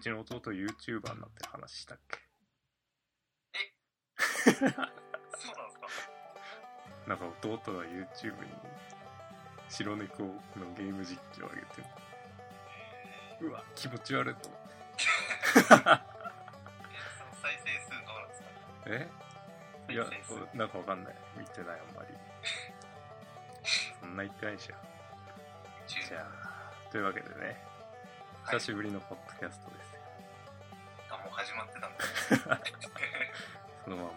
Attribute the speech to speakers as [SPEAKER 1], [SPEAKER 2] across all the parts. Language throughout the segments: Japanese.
[SPEAKER 1] ちの弟 YouTuber になってる話したっけ
[SPEAKER 2] そうなんですか
[SPEAKER 1] なんか弟が YouTube に白猫のゲーム実況を上げて
[SPEAKER 2] え
[SPEAKER 1] うわ気持ち悪いと思って
[SPEAKER 2] ーえその再生数どうなんですか
[SPEAKER 1] えいや
[SPEAKER 2] 再生数
[SPEAKER 1] そうなんかわかんない見てないあ んまりそんな言ってないでしょじ
[SPEAKER 2] ?YouTube
[SPEAKER 1] ゃあというわけでね
[SPEAKER 2] はい
[SPEAKER 1] 久しぶりのポッドキャストですよ、
[SPEAKER 2] あもう始まってたんだ
[SPEAKER 1] そのまま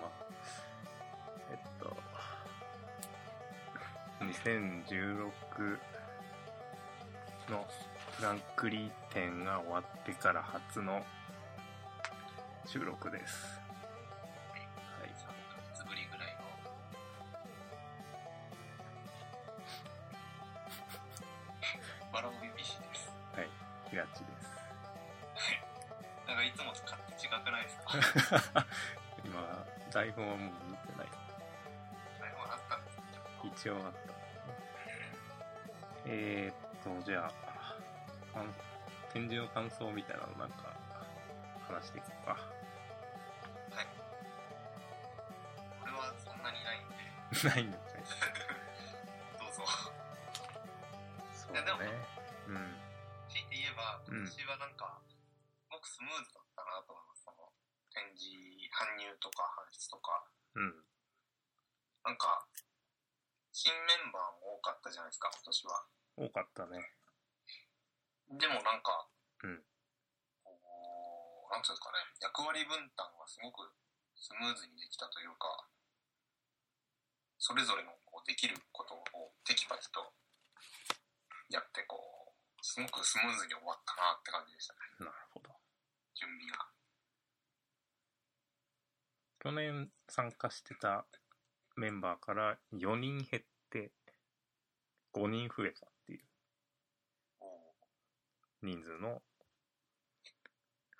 [SPEAKER 1] えっと2016のフランクリー展が終わってから初の収録ですはい
[SPEAKER 2] 3ヶ月ぶりぐらいのバラボ BBC です
[SPEAKER 1] ひがちです
[SPEAKER 2] なんかいつもと勝手違くないですか
[SPEAKER 1] 今台本はもう見てない
[SPEAKER 2] 台本あったんです
[SPEAKER 1] 一
[SPEAKER 2] けど
[SPEAKER 1] 応あったえー、っとじゃああの展示の感想みたいなのなんか話していこうか
[SPEAKER 2] これはそんなにないんで
[SPEAKER 1] ないんだね。
[SPEAKER 2] どうぞ
[SPEAKER 1] そう
[SPEAKER 2] だね
[SPEAKER 1] うん。
[SPEAKER 2] 強いて言えば
[SPEAKER 1] うん
[SPEAKER 2] 今年はなんか、すごくスムーズだったなと思いますその展示搬入とか搬出とか
[SPEAKER 1] うん。
[SPEAKER 2] なんか新メンバーも多かったじゃないですか今年は
[SPEAKER 1] 多かったね。
[SPEAKER 2] でもなんか、
[SPEAKER 1] うん
[SPEAKER 2] こう、なんていうんですかね、役割分担がすごくスムーズにできたというか、それぞれのこうできることをテキパキとやって、こう、すごくスムーズに終わったなって感じでしたね、
[SPEAKER 1] なるほど。
[SPEAKER 2] 準備が。
[SPEAKER 1] 去年参加してたメンバーから4人減って5人増えたっていう人数の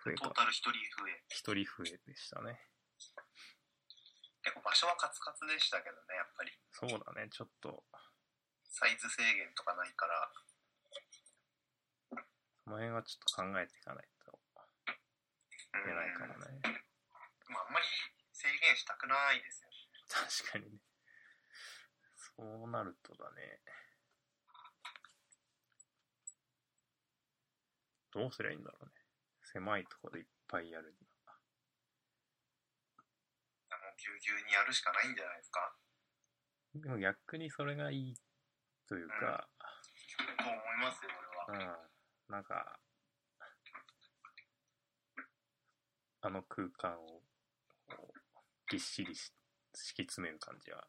[SPEAKER 1] 増え
[SPEAKER 2] トー
[SPEAKER 1] 方。
[SPEAKER 2] タル一人増え。
[SPEAKER 1] 1人増えでしたね。
[SPEAKER 2] 結構場所はカツカツでしたけどね、やっぱり。
[SPEAKER 1] そうだね。ちょっと、
[SPEAKER 2] サイズ制限とかないから、
[SPEAKER 1] その辺はちょっと考えていかないといけないかも
[SPEAKER 2] うん
[SPEAKER 1] ね。
[SPEAKER 2] まあ、あんまり制限したくないですよね。
[SPEAKER 1] 確かにね。そうなるとだね。どうすりゃいいんだろうね。狭いとこでいっぱいやるには。
[SPEAKER 2] もうぎゅうぎゅうにやるしかないんじゃないですか。
[SPEAKER 1] でも逆にそれがいいというか、
[SPEAKER 2] と思いますよ、俺は。
[SPEAKER 1] うん、なんか、あの空間をこうぎっしりし敷き詰める感じは、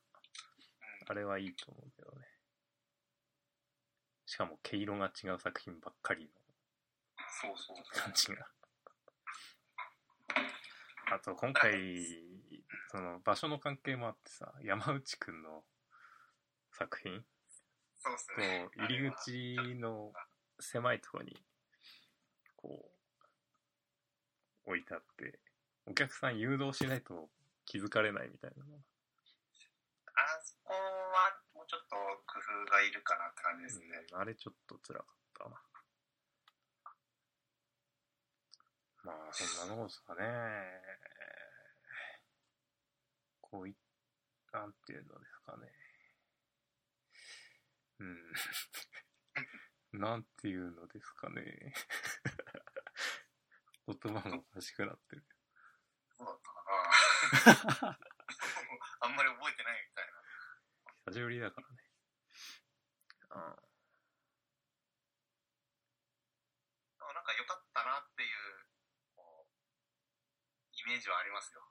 [SPEAKER 1] あれはいいと思うけどね。しかも毛色が違う作品ばっかりの
[SPEAKER 2] そうそう
[SPEAKER 1] 感じが。あと今回、その場所の関係もあってさ、山内くんの作品、
[SPEAKER 2] そうっす
[SPEAKER 1] こ
[SPEAKER 2] ね。
[SPEAKER 1] う、入り口の狭いところに、こう、置いてあって、お客さん誘導しないと気づかれないみたいなのが
[SPEAKER 2] あそこはもうちょっと工夫がいるかなって感じですね。
[SPEAKER 1] うんあれちょっと辛かったな。まあ、そんなもんですかね。こうい、なんていうのですかね。うん。 なんていうのですかね。言葉もおかしくなってる。
[SPEAKER 2] そうだったか な。あんまり覚えてないみたいな。
[SPEAKER 1] 久しぶりだからね。あ
[SPEAKER 2] でもなんか良かったなっていう、こう、イメージはあり ますよ。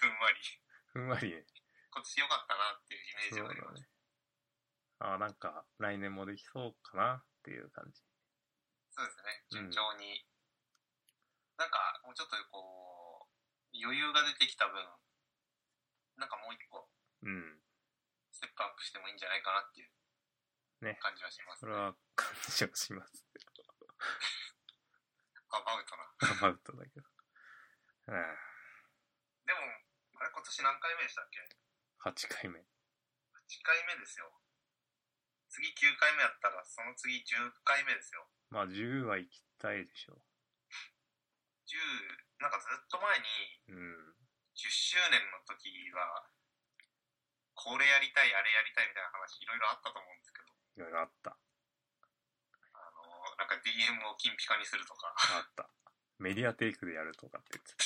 [SPEAKER 2] ふんわり。
[SPEAKER 1] ふんわりね。
[SPEAKER 2] 今年良かったなっていうイメー
[SPEAKER 1] そ
[SPEAKER 2] ジ
[SPEAKER 1] う
[SPEAKER 2] は
[SPEAKER 1] だ
[SPEAKER 2] あります。
[SPEAKER 1] ね。ああ、なんか、来年もできそうかなっていう感じ。
[SPEAKER 2] そうですね、順調に。なんか、もうちょっとこう、余裕が出てきた分、なんかもう一個、
[SPEAKER 1] うん。
[SPEAKER 2] ステップアップしてもいいんじゃないかなっていう
[SPEAKER 1] ね
[SPEAKER 2] 感じはします
[SPEAKER 1] それは、感謝をします。
[SPEAKER 2] アバウトな。
[SPEAKER 1] アバウトだけど。うん。
[SPEAKER 2] でも、あれ今年何回目でしたっけ
[SPEAKER 1] 8回目。
[SPEAKER 2] ?8 回目ですよ。次9回目やったら、その次10回目ですよ。
[SPEAKER 1] まあ、10は行きたいでしょ
[SPEAKER 2] 周年の時は、これやりたい、あれやりたいみたいな話、いろいろあったと思うんですけど、
[SPEAKER 1] いろいろあ った。
[SPEAKER 2] あの、なんか DM を金ピカにするとか、
[SPEAKER 1] あった。メディアテイクでやるとかって言ってた。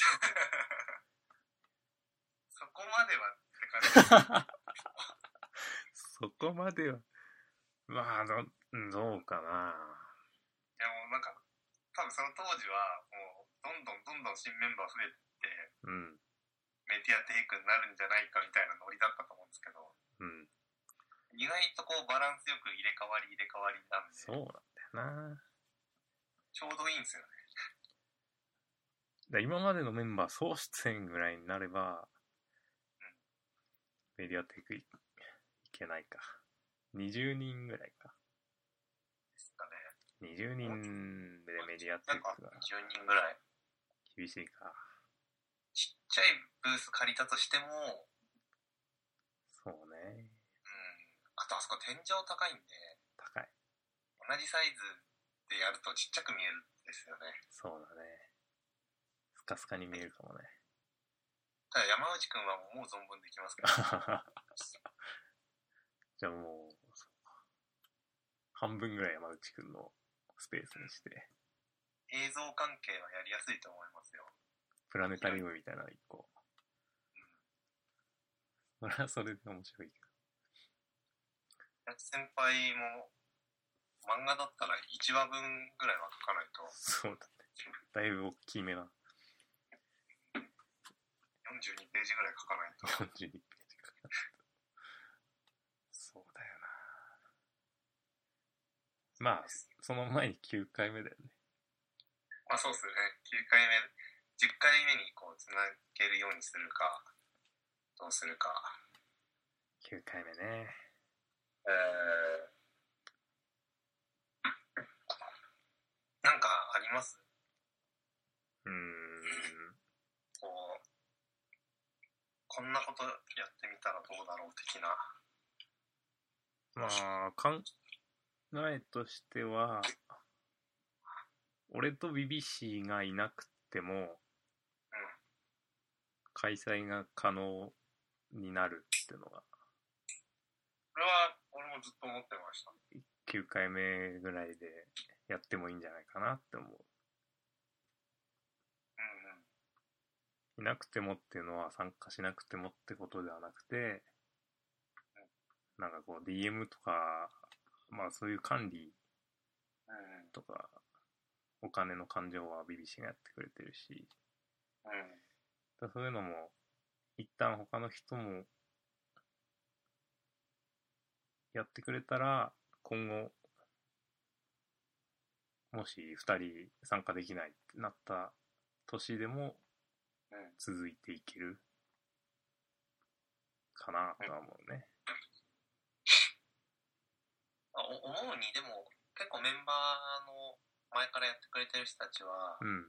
[SPEAKER 2] そこまではって感じ。
[SPEAKER 1] そこまでは、まあ、どどうかな。
[SPEAKER 2] いやもうなんか、多分その当時は、もう、どんどんどんどん新メンバー増えて、
[SPEAKER 1] うん、
[SPEAKER 2] メディアテイクになるんじゃないかみたいなノリだったと思うんですけど、
[SPEAKER 1] うん、
[SPEAKER 2] 意外とこうバランスよく入れ替わり入れ替わりなんで、ち
[SPEAKER 1] そうなんだよな。だか
[SPEAKER 2] ょうどいいんですよね。
[SPEAKER 1] ら今までのメンバー総出演ぐらいになれば、メディアテイクいいけないか。20人ぐらいか。
[SPEAKER 2] ですかね。
[SPEAKER 1] 20人でメディアテ
[SPEAKER 2] な
[SPEAKER 1] イ
[SPEAKER 2] んか
[SPEAKER 1] クが
[SPEAKER 2] 10人ぐらい。
[SPEAKER 1] 厳しいか。
[SPEAKER 2] ちっちゃいブース借りたとしても、うん、
[SPEAKER 1] そうね。
[SPEAKER 2] あとあそこ天井高いんで、
[SPEAKER 1] 高い。
[SPEAKER 2] 同じサイズでやるとちっちゃく見えるんですよね。
[SPEAKER 1] そうだね。スカスカに見えるかもね。
[SPEAKER 2] ただ山内くんはもう存分で きますけど、
[SPEAKER 1] じゃあもう、そうか半分ぐらい山内くんのスペースにして、
[SPEAKER 2] 映像関係はやりやすいと思いますよ。
[SPEAKER 1] プラネタリウムみたいなの一個。それはそれで面白いけ
[SPEAKER 2] 八木先輩も漫画だったら1話分ぐらいは書かないと
[SPEAKER 1] ど。そうだね。だいぶ大きめな
[SPEAKER 2] 42ページぐらい書かないと
[SPEAKER 1] 42ページかかった。そうだよな。まあ、その前に9回目だよね。
[SPEAKER 2] まあそうっすね9回目10回目にこうつなげるようにするかどうするか
[SPEAKER 1] 9回目ね。
[SPEAKER 2] えー、なんかあります
[SPEAKER 1] うーん。
[SPEAKER 2] こうこんなことやってみたらどうだろう的な
[SPEAKER 1] まあ、考えとしては、俺とビビシーがいなくても、開催が可能になるっていうのが、
[SPEAKER 2] これは俺もずっと思ってました
[SPEAKER 1] 9回目ぐらいでやってもいいんじゃないかなって思う。
[SPEAKER 2] うんうん
[SPEAKER 1] いなくてもっていうのは参加しなくてもってことではなくて、なんかこう DM とか、まあそういう管理
[SPEAKER 2] うん
[SPEAKER 1] とか、お金の勘定はビビシーがやってくれてるし、
[SPEAKER 2] うん
[SPEAKER 1] だそういうのも、一旦他の人も、やってくれたら、今後、もし二人参加できないってなった年でも
[SPEAKER 2] うん
[SPEAKER 1] 続いていけるかなとは思うね。
[SPEAKER 2] あお思うにでも結構メンバーの前からやってくれてる人たちは、
[SPEAKER 1] うん。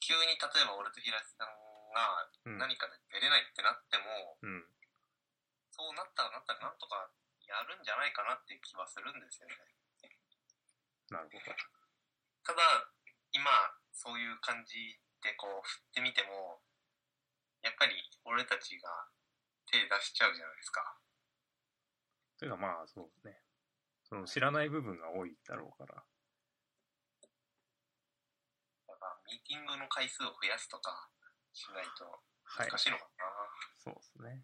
[SPEAKER 2] 急に例えば俺と平瀬さん
[SPEAKER 1] う
[SPEAKER 2] が
[SPEAKER 1] ん。
[SPEAKER 2] 何かで出れないってなっても、
[SPEAKER 1] うん。
[SPEAKER 2] そうなったらなったらなんとかやるんじゃないかなっていう気はするんですよね
[SPEAKER 1] なるほど。
[SPEAKER 2] ただ今そういう感じでこう振ってみてもやっぱり俺たちが手出しちゃうじゃないですか
[SPEAKER 1] というかまあ、そうね。その知らない部分が多いだろうから。
[SPEAKER 2] だからミーティングの回数を増やすとかしないと
[SPEAKER 1] はい
[SPEAKER 2] 難。しいのか
[SPEAKER 1] そ
[SPEAKER 2] な、
[SPEAKER 1] うですね。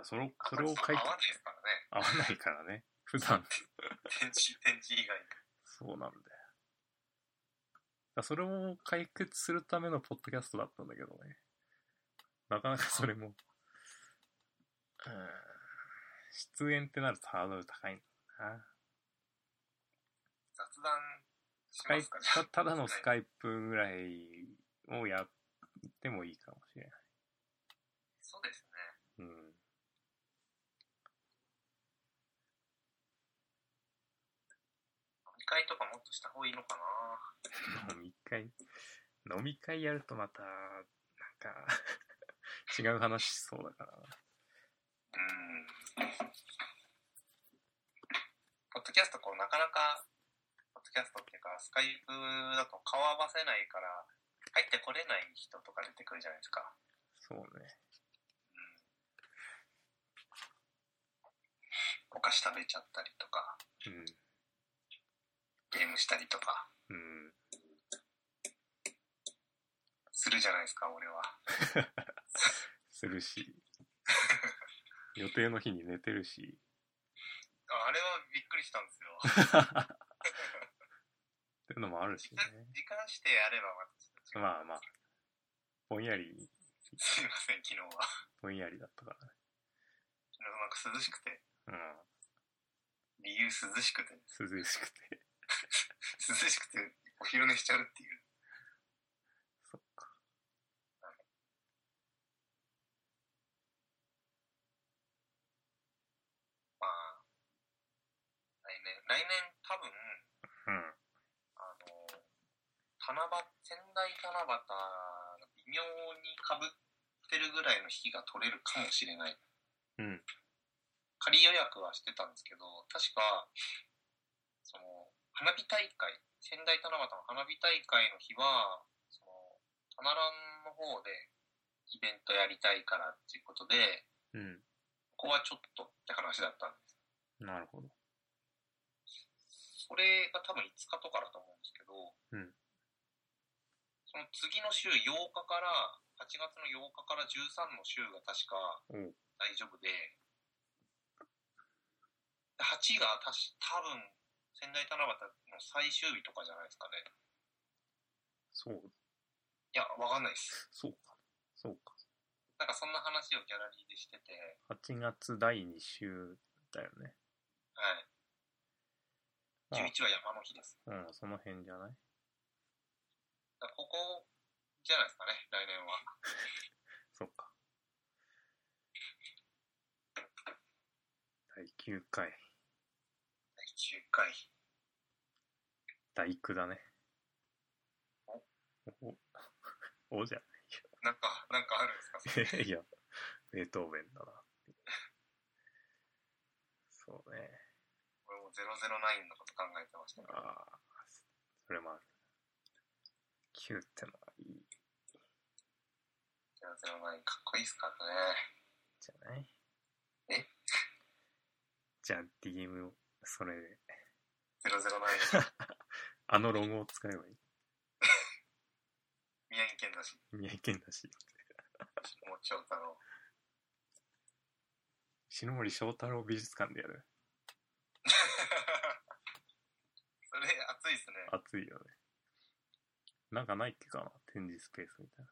[SPEAKER 1] だからそれを、
[SPEAKER 2] あ
[SPEAKER 1] それを書いて
[SPEAKER 2] 合わないですからね
[SPEAKER 1] 合わないからね。 普段。
[SPEAKER 2] 展示展示以外
[SPEAKER 1] そうなんだよ。だそれを解決するためのポッドキャストだったんだけどね。なかなかそれも、うーん、出演ってなるとハードル高いんだな。
[SPEAKER 2] 雑談し
[SPEAKER 1] スカ
[SPEAKER 2] ま
[SPEAKER 1] イ
[SPEAKER 2] すかね
[SPEAKER 1] たただのス
[SPEAKER 2] イ
[SPEAKER 1] カイプぐらいをやってもいいかもしれない。
[SPEAKER 2] そうですね
[SPEAKER 1] うん。
[SPEAKER 2] 飲み会とかもっとした方がいいのかな
[SPEAKER 1] 飲み会、飲み会やるとまた、なんか、 違う話しそうだからな。
[SPEAKER 2] うんポッドキャストこうなかなかポッドキャストっていうか、スカイプだと顔合わせないから、入ってこれない人とか出てくるじゃないですか。
[SPEAKER 1] そうね。
[SPEAKER 2] お菓子食べちゃったりとか、ゲームしたりとか、
[SPEAKER 1] うん。うん。
[SPEAKER 2] するじゃないですか、俺は。
[SPEAKER 1] するし。予定の日に寝てるし。
[SPEAKER 2] ああれはびっくりしたんですよ。
[SPEAKER 1] っていうのもあるしね。
[SPEAKER 2] 時間してやればまたちょっと違う
[SPEAKER 1] まあまあ。ぼんやり、
[SPEAKER 2] すいません、昨日は。
[SPEAKER 1] ぼんやりだったからね。
[SPEAKER 2] 昨日なんか涼しくて、
[SPEAKER 1] うん。
[SPEAKER 2] 理由涼しくて、
[SPEAKER 1] 涼しくて。
[SPEAKER 2] 涼しくてお昼寝しちゃうっていう。
[SPEAKER 1] そっか。
[SPEAKER 2] まあ、来年、来年多
[SPEAKER 1] う
[SPEAKER 2] 分、
[SPEAKER 1] ん。
[SPEAKER 2] あの、七夕、仙台七夕が微妙に被ってるぐらいの日が取れるかもしれない。
[SPEAKER 1] うん。
[SPEAKER 2] 仮予約はしてたんですけど、確か、その、花火大会、仙台七夕の花火大会の日は、その、タナランの方でイベントやりたいからっていうことで、
[SPEAKER 1] うん。
[SPEAKER 2] ここはちょっとって話だったんです。
[SPEAKER 1] なるほど。
[SPEAKER 2] それが多分5日とかだと思うんですけど、
[SPEAKER 1] うん
[SPEAKER 2] その次の週8日から、8月の8日から13の週が確か
[SPEAKER 1] うん
[SPEAKER 2] 大丈夫で、で8がたし多分仙台七夕の最終日とかじゃないですかね。
[SPEAKER 1] そう、
[SPEAKER 2] いや、わかんないです。
[SPEAKER 1] そうか。そうか。
[SPEAKER 2] なんかそんな話をギャラリーでしてて、
[SPEAKER 1] 8月第2週だよね。
[SPEAKER 2] はい。11は山の日です。
[SPEAKER 1] うん、その辺じゃない
[SPEAKER 2] だからここじゃないですかね、来年は。
[SPEAKER 1] そっか。第9回。
[SPEAKER 2] 第9回。
[SPEAKER 1] 第9だね。
[SPEAKER 2] お
[SPEAKER 1] お、おじゃ
[SPEAKER 2] なんか、なんかあるんですかそれ
[SPEAKER 1] ね。いや、ベートーベンだな。そうね。
[SPEAKER 2] 俺も009のこと考えてましたけど。
[SPEAKER 1] ああ、それもある。9ってのはいい
[SPEAKER 2] 009かっこいいっすからね。
[SPEAKER 1] じゃない
[SPEAKER 2] え
[SPEAKER 1] じゃあ DM を、それで、
[SPEAKER 2] 009。
[SPEAKER 1] あのロゴを使えばいい。
[SPEAKER 2] 宮城県だし、
[SPEAKER 1] 宮城県だし。
[SPEAKER 2] もう翔太 郎。
[SPEAKER 1] 篠森章太郎美術館でやる。
[SPEAKER 2] それ熱いっすね。
[SPEAKER 1] 熱いよね。なんかないっけかな展示スペースみたい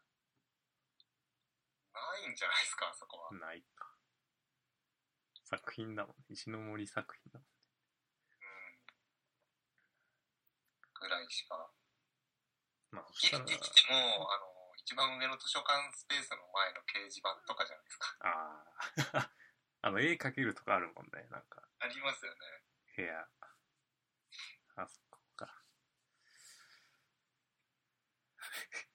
[SPEAKER 2] ないんじゃないですか、あそこは。うん。
[SPEAKER 1] な。ないか。作品だもんね。石ノ森作品だもん。
[SPEAKER 2] ぐらいしか。
[SPEAKER 1] まあ、そし
[SPEAKER 2] ギ
[SPEAKER 1] た
[SPEAKER 2] リ
[SPEAKER 1] ら、
[SPEAKER 2] ギリ来ても、あの、一番上の図書館スペースの前の掲示板とかじゃないですか。
[SPEAKER 1] ああ。 あの、絵描けるとかあるもんね。なんか、
[SPEAKER 2] ありますよね。
[SPEAKER 1] 部屋。あそこか。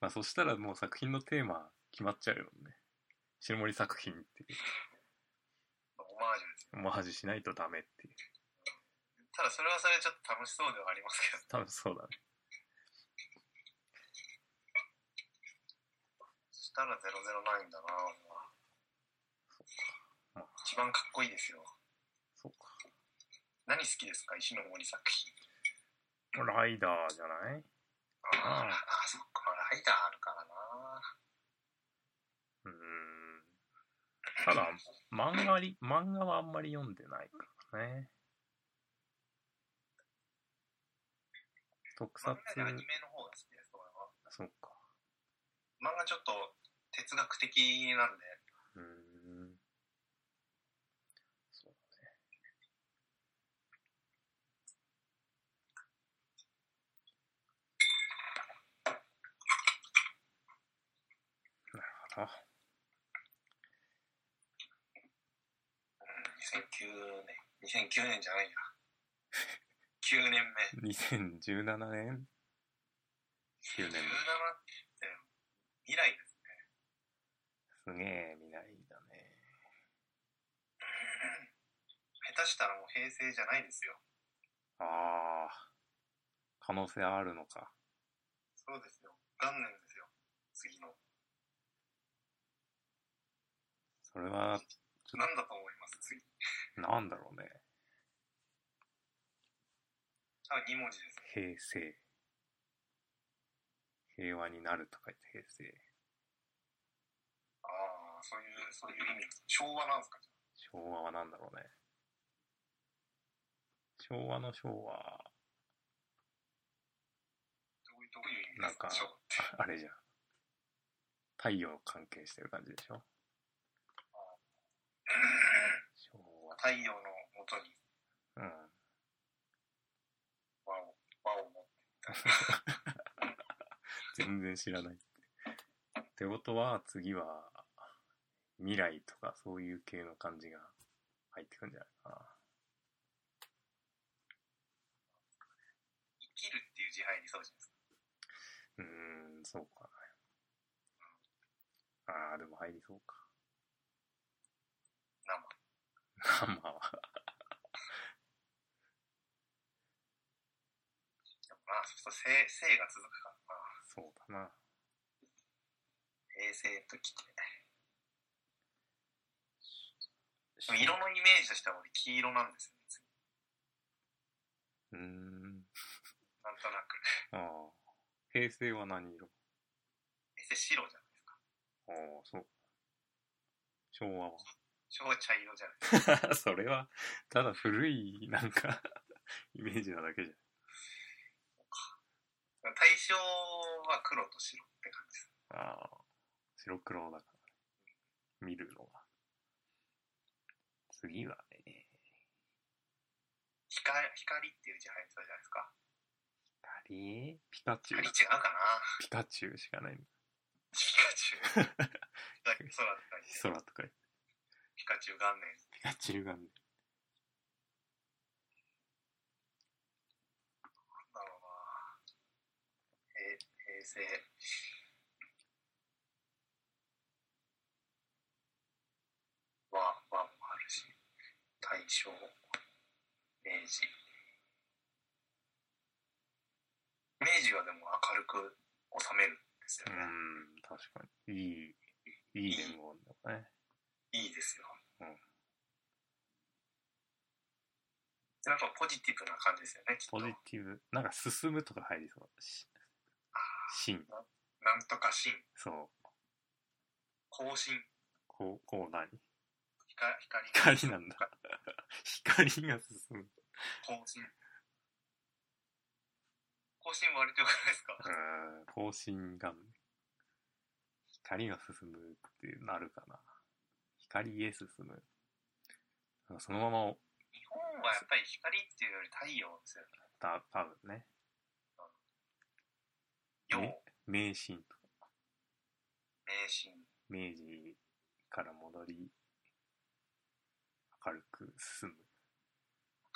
[SPEAKER 1] まあ、そしたらもう作品のテーマ決まっちゃうよね。石ノ森作品っていう。
[SPEAKER 2] オマージュですよ。
[SPEAKER 1] オマージュしないとダメっていう。
[SPEAKER 2] ただそれはそれでちょっと楽しそうではありますけど。
[SPEAKER 1] 多分そうだね。
[SPEAKER 2] そしたら009だな、俺
[SPEAKER 1] ま
[SPEAKER 2] は。
[SPEAKER 1] あ、
[SPEAKER 2] 一番かっこいいですよ。
[SPEAKER 1] そうか。
[SPEAKER 2] 何好きですか石の森作品。
[SPEAKER 1] ライダーじゃない
[SPEAKER 2] あーあ、そっか、ライダーあるか
[SPEAKER 1] うー
[SPEAKER 2] らな。
[SPEAKER 1] ん。ただ、漫画り、漫画はあんまり読んでないからね。特撮
[SPEAKER 2] 漫、画でアニメの方が好きです、俺は。
[SPEAKER 1] そっか。
[SPEAKER 2] 漫画ちょっと哲学的なんで、
[SPEAKER 1] うーん。そうだね。なるほど。
[SPEAKER 2] 2009年、2009年じゃないや。9年目。
[SPEAKER 1] 2017年 ?9 年
[SPEAKER 2] 17って未来です。
[SPEAKER 1] すげえ未来だね。
[SPEAKER 2] 下手したらもう平成じゃないですよ。
[SPEAKER 1] ああ。可能性はあるのか。
[SPEAKER 2] そうですよ。元年ですよ。次の。
[SPEAKER 1] それは、
[SPEAKER 2] 何だと思います次。
[SPEAKER 1] なんだろうね。
[SPEAKER 2] あ、2文字です。
[SPEAKER 1] 平成。平和になるとか言って平成。
[SPEAKER 2] ああ、そういう、そういう意味です。昭和なんですかじゃ
[SPEAKER 1] 昭和はなんだろうね。昭和の昭和、
[SPEAKER 2] あどういう、どういう意味ですか
[SPEAKER 1] なんか
[SPEAKER 2] 昭和 って
[SPEAKER 1] ああれじゃん。太陽関係してる感じでしょ昭和。
[SPEAKER 2] 太陽のもとに
[SPEAKER 1] うん。
[SPEAKER 2] 輪を、輪を持って。
[SPEAKER 1] 全然知らない。ってことは、次は、未来とかそういう系の感じが入ってくんじゃないかな。
[SPEAKER 2] 生きるっていう字配にそうじゃないですか。
[SPEAKER 1] うーん、そうかな。ああ、でも入りそうか。
[SPEAKER 2] 生。
[SPEAKER 1] 生は。
[SPEAKER 2] でもまあ、そうすると生、生が続くからな。
[SPEAKER 1] そうだな。
[SPEAKER 2] 平成ときて。でも色のイメージとしては俺黄色なんですよ
[SPEAKER 1] う
[SPEAKER 2] ね。次
[SPEAKER 1] ーん。
[SPEAKER 2] なんとなく。
[SPEAKER 1] ああ。平成は何色
[SPEAKER 2] 平成白じゃないですか。
[SPEAKER 1] ああ、そう。昭和は。
[SPEAKER 2] 昭和茶色じゃないですか。
[SPEAKER 1] それは、ただ古い、なんか、 イメージなだけじゃん。
[SPEAKER 2] 対象は黒と白って感じです。
[SPEAKER 1] ああ、白黒だから、見るのは。次はね、
[SPEAKER 2] 光光っていう字入ってたじゃないですか。
[SPEAKER 1] 光ピカチュウ
[SPEAKER 2] 光違。う かな。
[SPEAKER 1] ピカチュウしかないの。
[SPEAKER 2] ピカチュウ。だ空高いね。
[SPEAKER 1] 空とか言って
[SPEAKER 2] ピカチュウ元年。
[SPEAKER 1] ピカチュウがね、
[SPEAKER 2] なんだろうな。へ平成。は、はもあるし。大正。明治。明治はでも明るく収めるんです
[SPEAKER 1] う
[SPEAKER 2] よ
[SPEAKER 1] ー
[SPEAKER 2] ね。
[SPEAKER 1] ん、確かに。いい、いい伝言だね。
[SPEAKER 2] いいですよ。
[SPEAKER 1] うん
[SPEAKER 2] なんかポジティブな感じですよね、きっと
[SPEAKER 1] ポ。ジティブ。なんか進むとか入りそうだし。進。
[SPEAKER 2] なんとか新、
[SPEAKER 1] そう。
[SPEAKER 2] 更新、
[SPEAKER 1] こう、こう何
[SPEAKER 2] 光、光が
[SPEAKER 1] 光なんだ。 光が進む。
[SPEAKER 2] 更新。更新割とよくないですか
[SPEAKER 1] うーん、更新が、光が進むってなるかな。光へ進む。なんかそのまま、
[SPEAKER 2] 日本はやっぱり光っていうより太陽ですよね。
[SPEAKER 1] た、多分ね、
[SPEAKER 2] 陽、
[SPEAKER 1] ね迷信とか、
[SPEAKER 2] 明神、
[SPEAKER 1] 明治から戻り、明るく進む。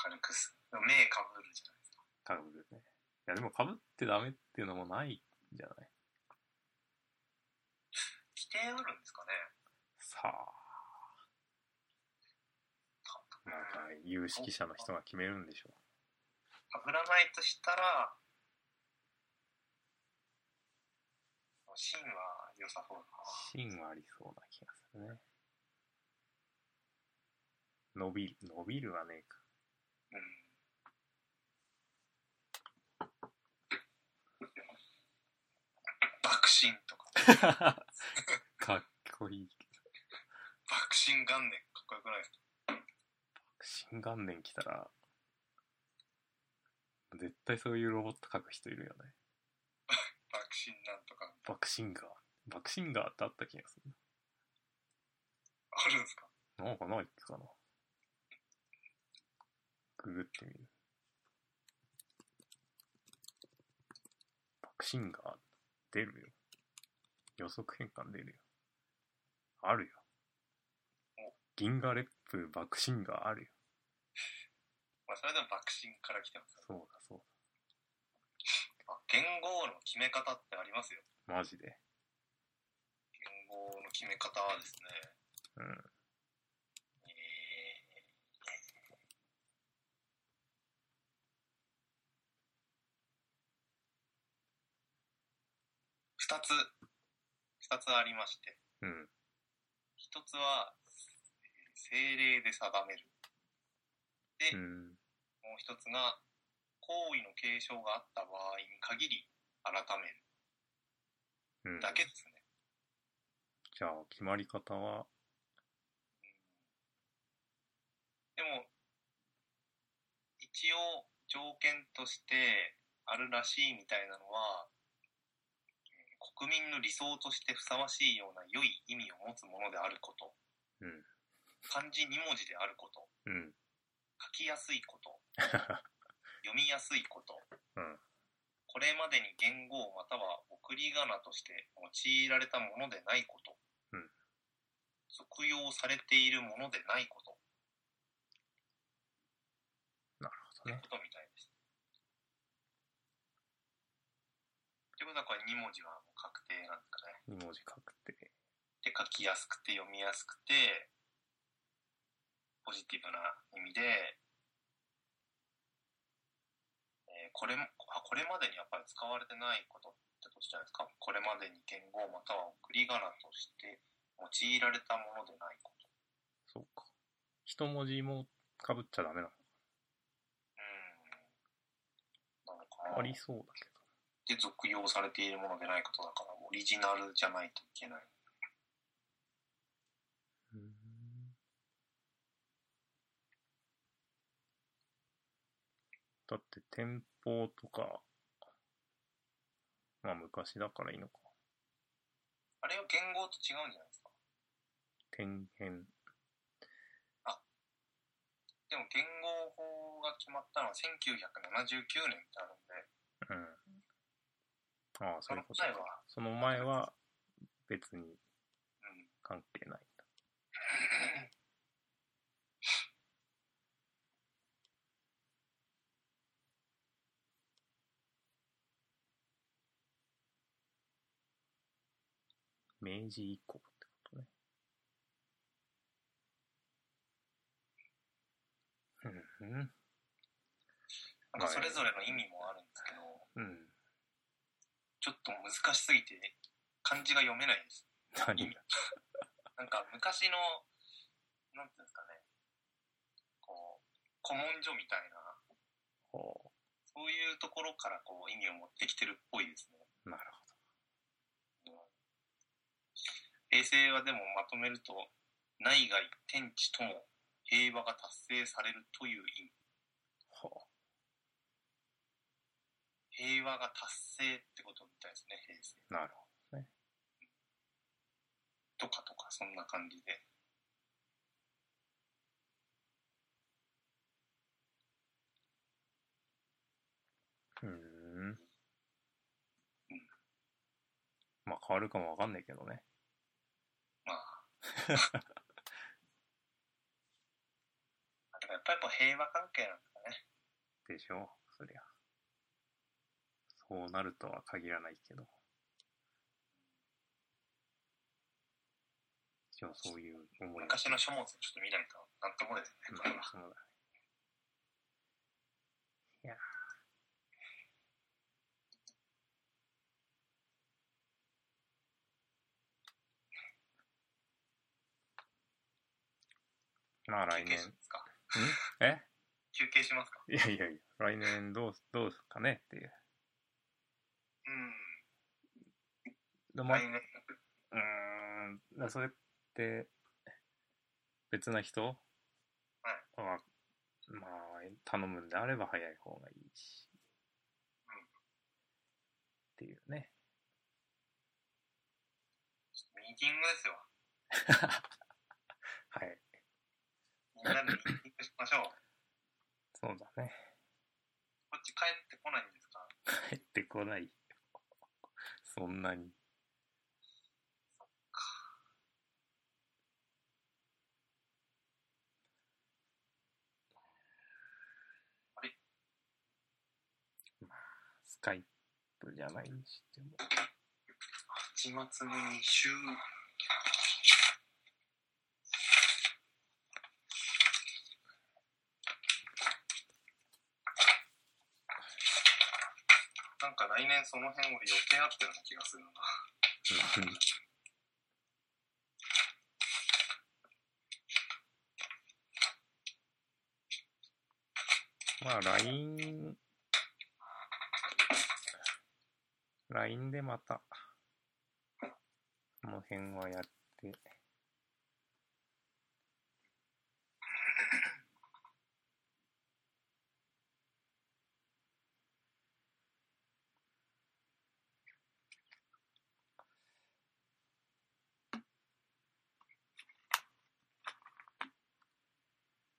[SPEAKER 2] 明るくす。でも目かぶるじゃないですか。
[SPEAKER 1] かぶるね。いや、でもかぶってダメっていうのもないんじゃない
[SPEAKER 2] 規定あるんですかね
[SPEAKER 1] さあ、なんか有識者の人が決めるんでしょ
[SPEAKER 2] かぶらないとしたら、芯は良さそうだな。
[SPEAKER 1] う。芯はありそうな気がするね。伸びる、伸びるはねえか。
[SPEAKER 2] うん。爆心とか。
[SPEAKER 1] かっこいい。
[SPEAKER 2] 爆心元年かっこよくないですか
[SPEAKER 1] 新元年来たら、絶対そういうロボット書く人いるよね。
[SPEAKER 2] 爆心なんとか。
[SPEAKER 1] バクシンガー。バクシンガーってあった気がす
[SPEAKER 2] あるんですか
[SPEAKER 1] る。なんかないかな。ググってみる。バクシンガー出るよ。予測変換出るよ。あるよ
[SPEAKER 2] お。
[SPEAKER 1] 銀河レップバクシンガーあるよ。
[SPEAKER 2] まあそれでも爆心から来てますよ。
[SPEAKER 1] そうだそう
[SPEAKER 2] あ、言語の決め方ってありますよ。
[SPEAKER 1] だ。マジで。
[SPEAKER 2] 言語の決め方はですね。
[SPEAKER 1] うん。
[SPEAKER 2] え2つ、二つありまして、
[SPEAKER 1] うん。
[SPEAKER 2] 1つは、精霊で定める。で、
[SPEAKER 1] うん。
[SPEAKER 2] もう一つが、行為の継承があった場合に限り、改める
[SPEAKER 1] うん。
[SPEAKER 2] だけですね。
[SPEAKER 1] じゃあ、決まり方は、
[SPEAKER 2] でも、一応、条件としてあるらしいみたいなのは、えー国民の理想としてふさわしいような良い意味を持つものであること、
[SPEAKER 1] うん
[SPEAKER 2] 漢字2文字であること、
[SPEAKER 1] うん。
[SPEAKER 2] 書きやすい こと、読みやすいこと、
[SPEAKER 1] うん
[SPEAKER 2] これまでに言語または送り仮名として用いられたものでないこと、
[SPEAKER 1] うん
[SPEAKER 2] 俗用されているものでないこと、
[SPEAKER 1] なるほどね
[SPEAKER 2] って。ことみたいです。ってことはこれ2文字はもう確定なんですかね。
[SPEAKER 1] 2文字確定。
[SPEAKER 2] で、書きやすくて読みやすくて、ポジティブな意味で、えーこれも、あ、これまでにやっぱり使われてないことってことじゃないですか。これまでに言語または送り仮名として用いられたものでないこと。
[SPEAKER 1] そうか。一文字も被っちゃダメなの。
[SPEAKER 2] うーん。なのかな
[SPEAKER 1] ありそうだけ
[SPEAKER 2] で俗用されているものでないことだからオリジナルじゃないといけない
[SPEAKER 1] ど。うん。だって、店舗とか、まあ昔だからいいのか。
[SPEAKER 2] あれは言語と違うんじゃないですか
[SPEAKER 1] 天変。
[SPEAKER 2] でも言語法が決まったのは1979年ってあるんで
[SPEAKER 1] うん。ああ、そ
[SPEAKER 2] そう
[SPEAKER 1] いう
[SPEAKER 2] の
[SPEAKER 1] こと
[SPEAKER 2] 前
[SPEAKER 1] か。
[SPEAKER 2] は、
[SPEAKER 1] その前は別に
[SPEAKER 2] うん、
[SPEAKER 1] 関係ないんだ。明治以降ってことね。うん
[SPEAKER 2] なんかそれぞれの意味もあるんですけど
[SPEAKER 1] うん。うん。
[SPEAKER 2] ちょっと難しすぎて漢字が読めないです
[SPEAKER 1] 何
[SPEAKER 2] 意味なんか昔のなんていうんですかねこう古文書みたいな
[SPEAKER 1] ほ
[SPEAKER 2] そういうところからこう意味を持ってきてるっぽいですね
[SPEAKER 1] う。なる
[SPEAKER 2] 平成はでもまとめると内外天地とも平和が達成されるという意味
[SPEAKER 1] ほど。ほ
[SPEAKER 2] 平和が達成ってことみたいですね平成
[SPEAKER 1] う。なる
[SPEAKER 2] とかとかそんな感じで
[SPEAKER 1] ほど。うん。まあ変わるかもわかんないけどね。
[SPEAKER 2] まああでもやっぱりこう平和関係なんですかね
[SPEAKER 1] でしょそりゃ。そうなるとは限らないけど。一応そういう思いが
[SPEAKER 2] 昔の書物ちょっと見ないとなんともですねこれ
[SPEAKER 1] うん
[SPEAKER 2] は
[SPEAKER 1] そうだね。いやーまあ来
[SPEAKER 2] 休憩
[SPEAKER 1] 年
[SPEAKER 2] し、ますか
[SPEAKER 1] え
[SPEAKER 2] 休憩しますか
[SPEAKER 1] いやいやいや、来年どうす、どうすかねっていう。
[SPEAKER 2] うん
[SPEAKER 1] でも
[SPEAKER 2] 来年
[SPEAKER 1] うーん、だからそれって、別な人は、まあ、頼むんであれば早い方がいいし、
[SPEAKER 2] うん
[SPEAKER 1] っていうね。
[SPEAKER 2] ミーティングですよ
[SPEAKER 1] はい、
[SPEAKER 2] みんなでミーティングしましょう
[SPEAKER 1] そうだね。
[SPEAKER 2] こっち帰ってこないんですか
[SPEAKER 1] 帰ってこないよ。そんなに。
[SPEAKER 2] あれ
[SPEAKER 1] まあ、スカイプじゃないにしても。
[SPEAKER 2] 8月の2週なんか来年その辺俺余計あったような気がするな。
[SPEAKER 1] まあ、LINE、LINE でまた、この辺はやって、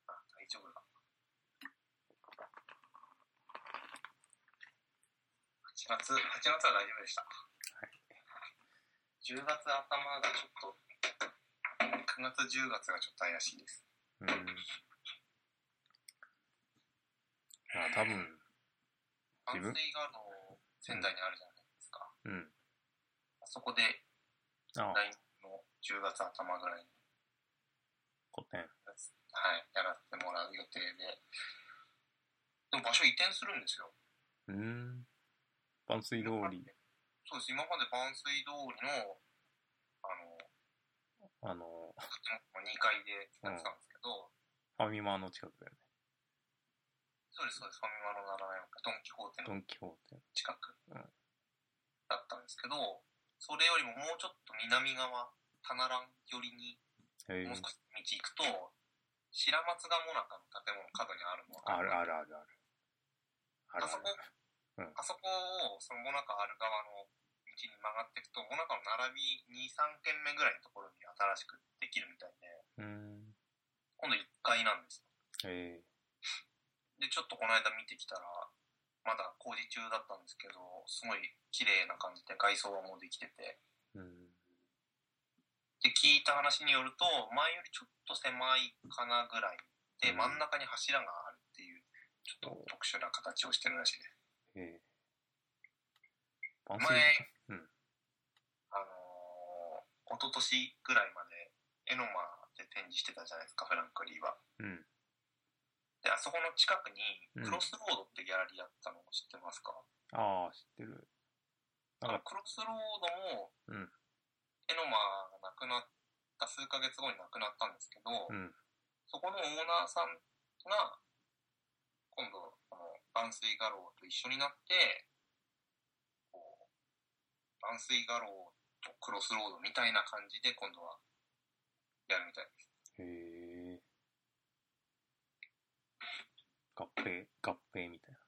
[SPEAKER 2] あ大丈夫だ。8月、8月は大丈夫でした。
[SPEAKER 1] はい
[SPEAKER 2] 10月頭がちょっと、9月、10月がちょっと怪しいです。
[SPEAKER 1] うん。まあ、多分、
[SPEAKER 2] 淡
[SPEAKER 1] 自分
[SPEAKER 2] 水があの、仙台にあるじゃないですか。
[SPEAKER 1] うん。
[SPEAKER 2] あそこで
[SPEAKER 1] ああ、
[SPEAKER 2] 来年の10月頭ぐらいに、
[SPEAKER 1] 古典。
[SPEAKER 2] はい、やらせてもらう予定で。でも場所移転するんですよ。
[SPEAKER 1] うーん。万水通り、
[SPEAKER 2] そうです。今まで万水通りの、あ
[SPEAKER 1] あ
[SPEAKER 2] の、
[SPEAKER 1] の、
[SPEAKER 2] 2階で使ってたんですけど、
[SPEAKER 1] ファミマの近くだよね。
[SPEAKER 2] そうです、そうです。ファミマの7階、ドン・キホーテ
[SPEAKER 1] ド
[SPEAKER 2] の
[SPEAKER 1] ン・キホーテ。
[SPEAKER 2] 近く
[SPEAKER 1] うん
[SPEAKER 2] だったんですけど、それよりももうちょっと南側、タナラン寄りに、
[SPEAKER 1] へ
[SPEAKER 2] もう
[SPEAKER 1] え
[SPEAKER 2] 少し道行くと、白松がもなかの建物の角にあるのが
[SPEAKER 1] あるあるあるある。ある
[SPEAKER 2] あそこ、
[SPEAKER 1] うん
[SPEAKER 2] あそこを、そのモナカある側の道に曲がっていくと、モナカの並び2、3軒目ぐらいのところに新しくできるみたいで、
[SPEAKER 1] ある。うーん。
[SPEAKER 2] 今度1階なんですよ。
[SPEAKER 1] え
[SPEAKER 2] で、ちょっとこの間見てきたら、まだ工事中だったんですけど、すごい綺麗な感じで外装はもうできてて、
[SPEAKER 1] えうん。
[SPEAKER 2] で、聞いた話によると、前よりちょっと狭いかなぐらいで、
[SPEAKER 1] うん
[SPEAKER 2] 真ん中に柱があるっていう、ちょっと特殊な形をしてるらしいです。
[SPEAKER 1] ええ万
[SPEAKER 2] 前、
[SPEAKER 1] うん
[SPEAKER 2] あのー、一昨年ぐらいまで、エノマで展示してたじゃないですか、フランクリーは。
[SPEAKER 1] うん。
[SPEAKER 2] で、あそこの近くに、
[SPEAKER 1] うん
[SPEAKER 2] クロスロードってギャラリーやったの知ってますか、
[SPEAKER 1] ああ、知ってる。なん
[SPEAKER 2] あの
[SPEAKER 1] か、
[SPEAKER 2] クロスロードも、
[SPEAKER 1] うん
[SPEAKER 2] エノマが亡くなった数ヶ月後に亡くなったんですけど、
[SPEAKER 1] うん。
[SPEAKER 2] そこのオーナーさんが、今度、この、万水画廊と一緒になって、こう、万水画廊とクロスロードみたいな感じで、今度は、やるみたいです。
[SPEAKER 1] へえ合併、合併みたいな。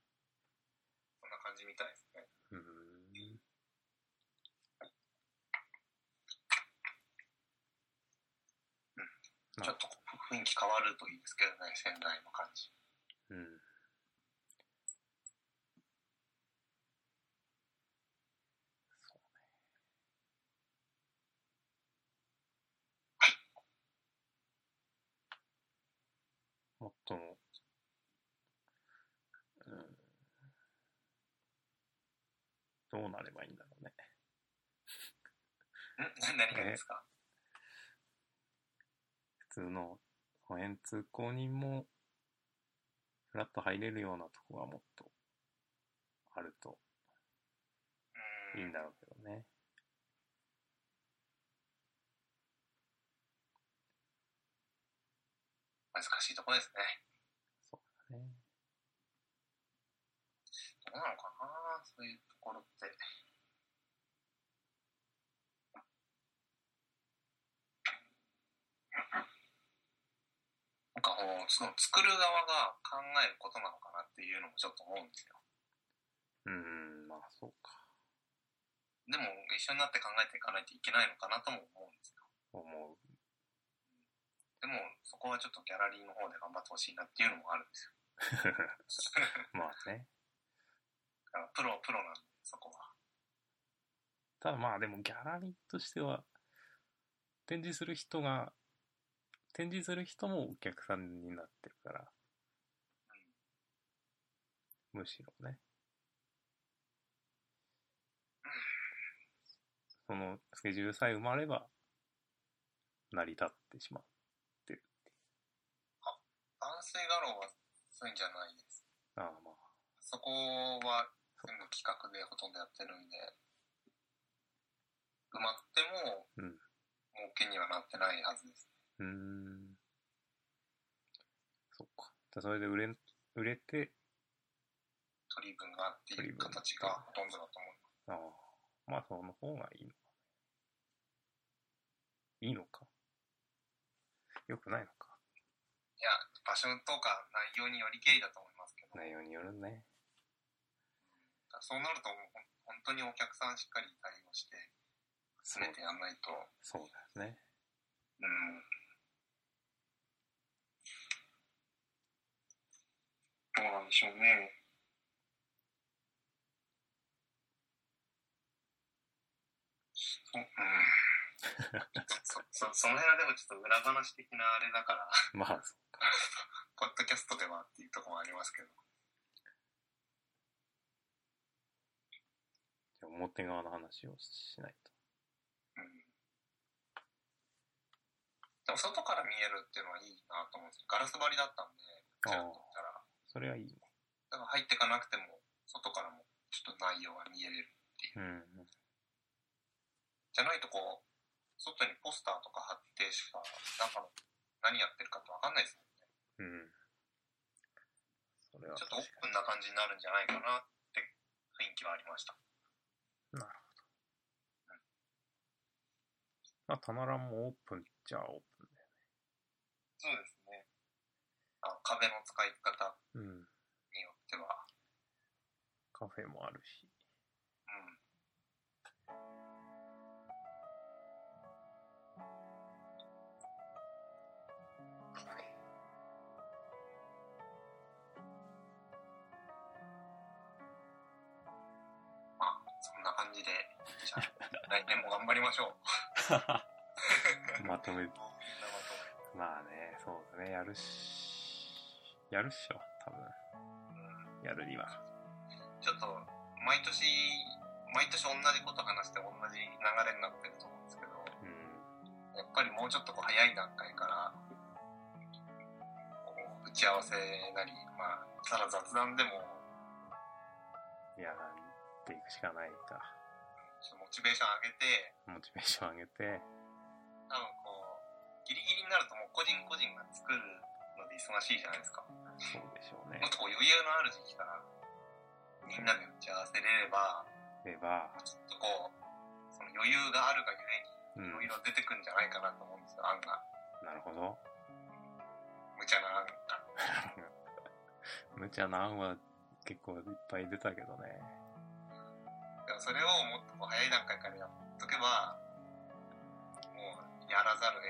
[SPEAKER 2] そんな感じみたいですね。
[SPEAKER 1] うーん。
[SPEAKER 2] ちょっとこう雰囲気変わるといいですけどね、仙台の感じ。
[SPEAKER 1] うん。そうね。もっと、うん、どうなればいいんだろうね。
[SPEAKER 2] ん 何がですか
[SPEAKER 1] 普通の、その辺通行人も、フラッと入れるようなとこがもっと、あると
[SPEAKER 2] う
[SPEAKER 1] いい
[SPEAKER 2] ん。
[SPEAKER 1] んだろうけどね。
[SPEAKER 2] 難しいとこですね。
[SPEAKER 1] ね
[SPEAKER 2] どうなのかなそういうところって。なんかこう、その作る側が考えることなのかなっていうのもちょっと思うんですよ。
[SPEAKER 1] うーん、まあそうか。
[SPEAKER 2] でも一緒になって考えていかないといけないのかなとも思うんですよ。
[SPEAKER 1] 思う。
[SPEAKER 2] でもそこはちょっとギャラリーの方で頑張ってほしいなっていうのもあるん ですよ。
[SPEAKER 1] まあね。
[SPEAKER 2] だからプロ、プロなんで、そこは。
[SPEAKER 1] ただまあでもギャラリーとしては、展示する人が、展示する人もお客さんになってるから、むしろね。そのスケジュールさえ埋まれば、成り立ってしまう。
[SPEAKER 2] 男性画廊はそういうんじゃないです。
[SPEAKER 1] ああまあ、
[SPEAKER 2] そこは、全部企画でほとんどやってるんで、埋まっても、
[SPEAKER 1] うん
[SPEAKER 2] 儲けにはなってないはずです。
[SPEAKER 1] うーん。そっか。じゃあそれで売れん、売れて、
[SPEAKER 2] 取り分がっていう形がほとんどだと思う。
[SPEAKER 1] ああ、まあその方がいいのか。いいのか。よくないのか。
[SPEAKER 2] いや、場所とか内容によりけりだと思いますけど、
[SPEAKER 1] 内容によるね。
[SPEAKER 2] そうなるともうほん本当にお客さんしっかり対応して、
[SPEAKER 1] そう
[SPEAKER 2] 詰めてやんないと、
[SPEAKER 1] そうだよね。
[SPEAKER 2] うん。どうなんでしょうね。そう うん、 そそその辺はでもちょっと裏話的なあれだから、
[SPEAKER 1] まあ、そ
[SPEAKER 2] ポッドキャストではっていうところもありますけど。
[SPEAKER 1] じゃあ表側の話をしないと。
[SPEAKER 2] うんでも外から見えるっていうのはいいなと思うんですよガラス張りだったんで、ち
[SPEAKER 1] ああ
[SPEAKER 2] らっと見たら。
[SPEAKER 1] それはいいね。
[SPEAKER 2] だから入ってかなくても、外からもちょっと内容が見えれる。
[SPEAKER 1] うん。
[SPEAKER 2] じゃないとこう、外にポスターとか貼ってしか、中の何やってるかってわかんないですもんね。
[SPEAKER 1] うん。それは
[SPEAKER 2] ちょ
[SPEAKER 1] 確
[SPEAKER 2] っと
[SPEAKER 1] か
[SPEAKER 2] オープンな感じになるんじゃないかなって雰囲気はありました。
[SPEAKER 1] に。なるほど。まあ、たまらんもオープンじゃあオープンだよ
[SPEAKER 2] そうですね。あ壁の使い方
[SPEAKER 1] ね。うん。
[SPEAKER 2] によっては。
[SPEAKER 1] カフェもあるし。
[SPEAKER 2] うん。まあ、そんな感じで、じゃあ、来年も頑張りましょう。
[SPEAKER 1] まとめ、
[SPEAKER 2] みんなまとめ
[SPEAKER 1] まあね、そうだね、やるし、やるっしょ、多分。やるには。
[SPEAKER 2] ちょっと、毎年、毎年同じこと話して同じ流れになってると思うんですけど、
[SPEAKER 1] うん。
[SPEAKER 2] やっぱりもうちょっとこう早い段階から、こう打ち合わせなり、まあ、ただ雑談でも、
[SPEAKER 1] やらっていくしかないか。
[SPEAKER 2] ちょっとモチベーショ
[SPEAKER 1] モ
[SPEAKER 2] ン上げて、
[SPEAKER 1] チベーション上げて、
[SPEAKER 2] 多分こう、ギリギリになるともう個人個人が作るので忙しいじゃないですか。も
[SPEAKER 1] そうでしょうね
[SPEAKER 2] っ。とこう余裕のある時期から、みんなで打ち合わせれれば、
[SPEAKER 1] れば、
[SPEAKER 2] ちょっとこう、その余裕があるがゆ
[SPEAKER 1] うん、
[SPEAKER 2] えに、いろいろ出てくんじゃないかなと思うんですよ、案が。
[SPEAKER 1] なるほど。
[SPEAKER 2] 無茶な案が。
[SPEAKER 1] 無茶な案は結構いっぱい出たけどね。
[SPEAKER 2] でもそれをもっとこう早い段階からやっとけば、もうやらざるを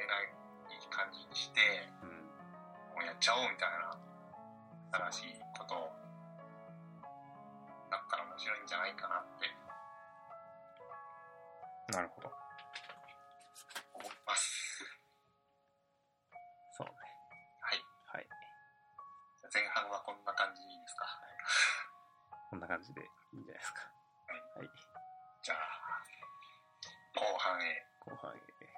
[SPEAKER 2] 得ない感じにして、
[SPEAKER 1] うん。
[SPEAKER 2] もうやっちゃおうみたいな、新しいことを、だったら面白いんじゃないかなって
[SPEAKER 1] なるほど。
[SPEAKER 2] 思います。
[SPEAKER 1] そうね。
[SPEAKER 2] はい。
[SPEAKER 1] はい。
[SPEAKER 2] じゃあ前半はこんな感じでいいですか。
[SPEAKER 1] こんな感じでいいんじゃないですか。はい。
[SPEAKER 2] じゃあ、後半へ。
[SPEAKER 1] 後半へ。